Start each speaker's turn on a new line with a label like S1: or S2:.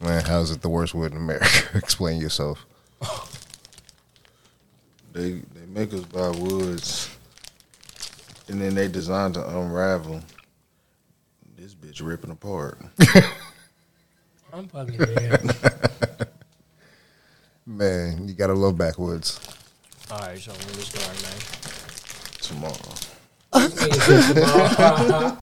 S1: Man, how's it the worst wood in America? Explain yourself.
S2: They they make us buy woods, and then they designed to unravel. This bitch ripping apart.
S3: I'm fucking dead.
S1: Man, you gotta love backwoods.
S3: All right, so we're just going, man.
S2: Tomorrow,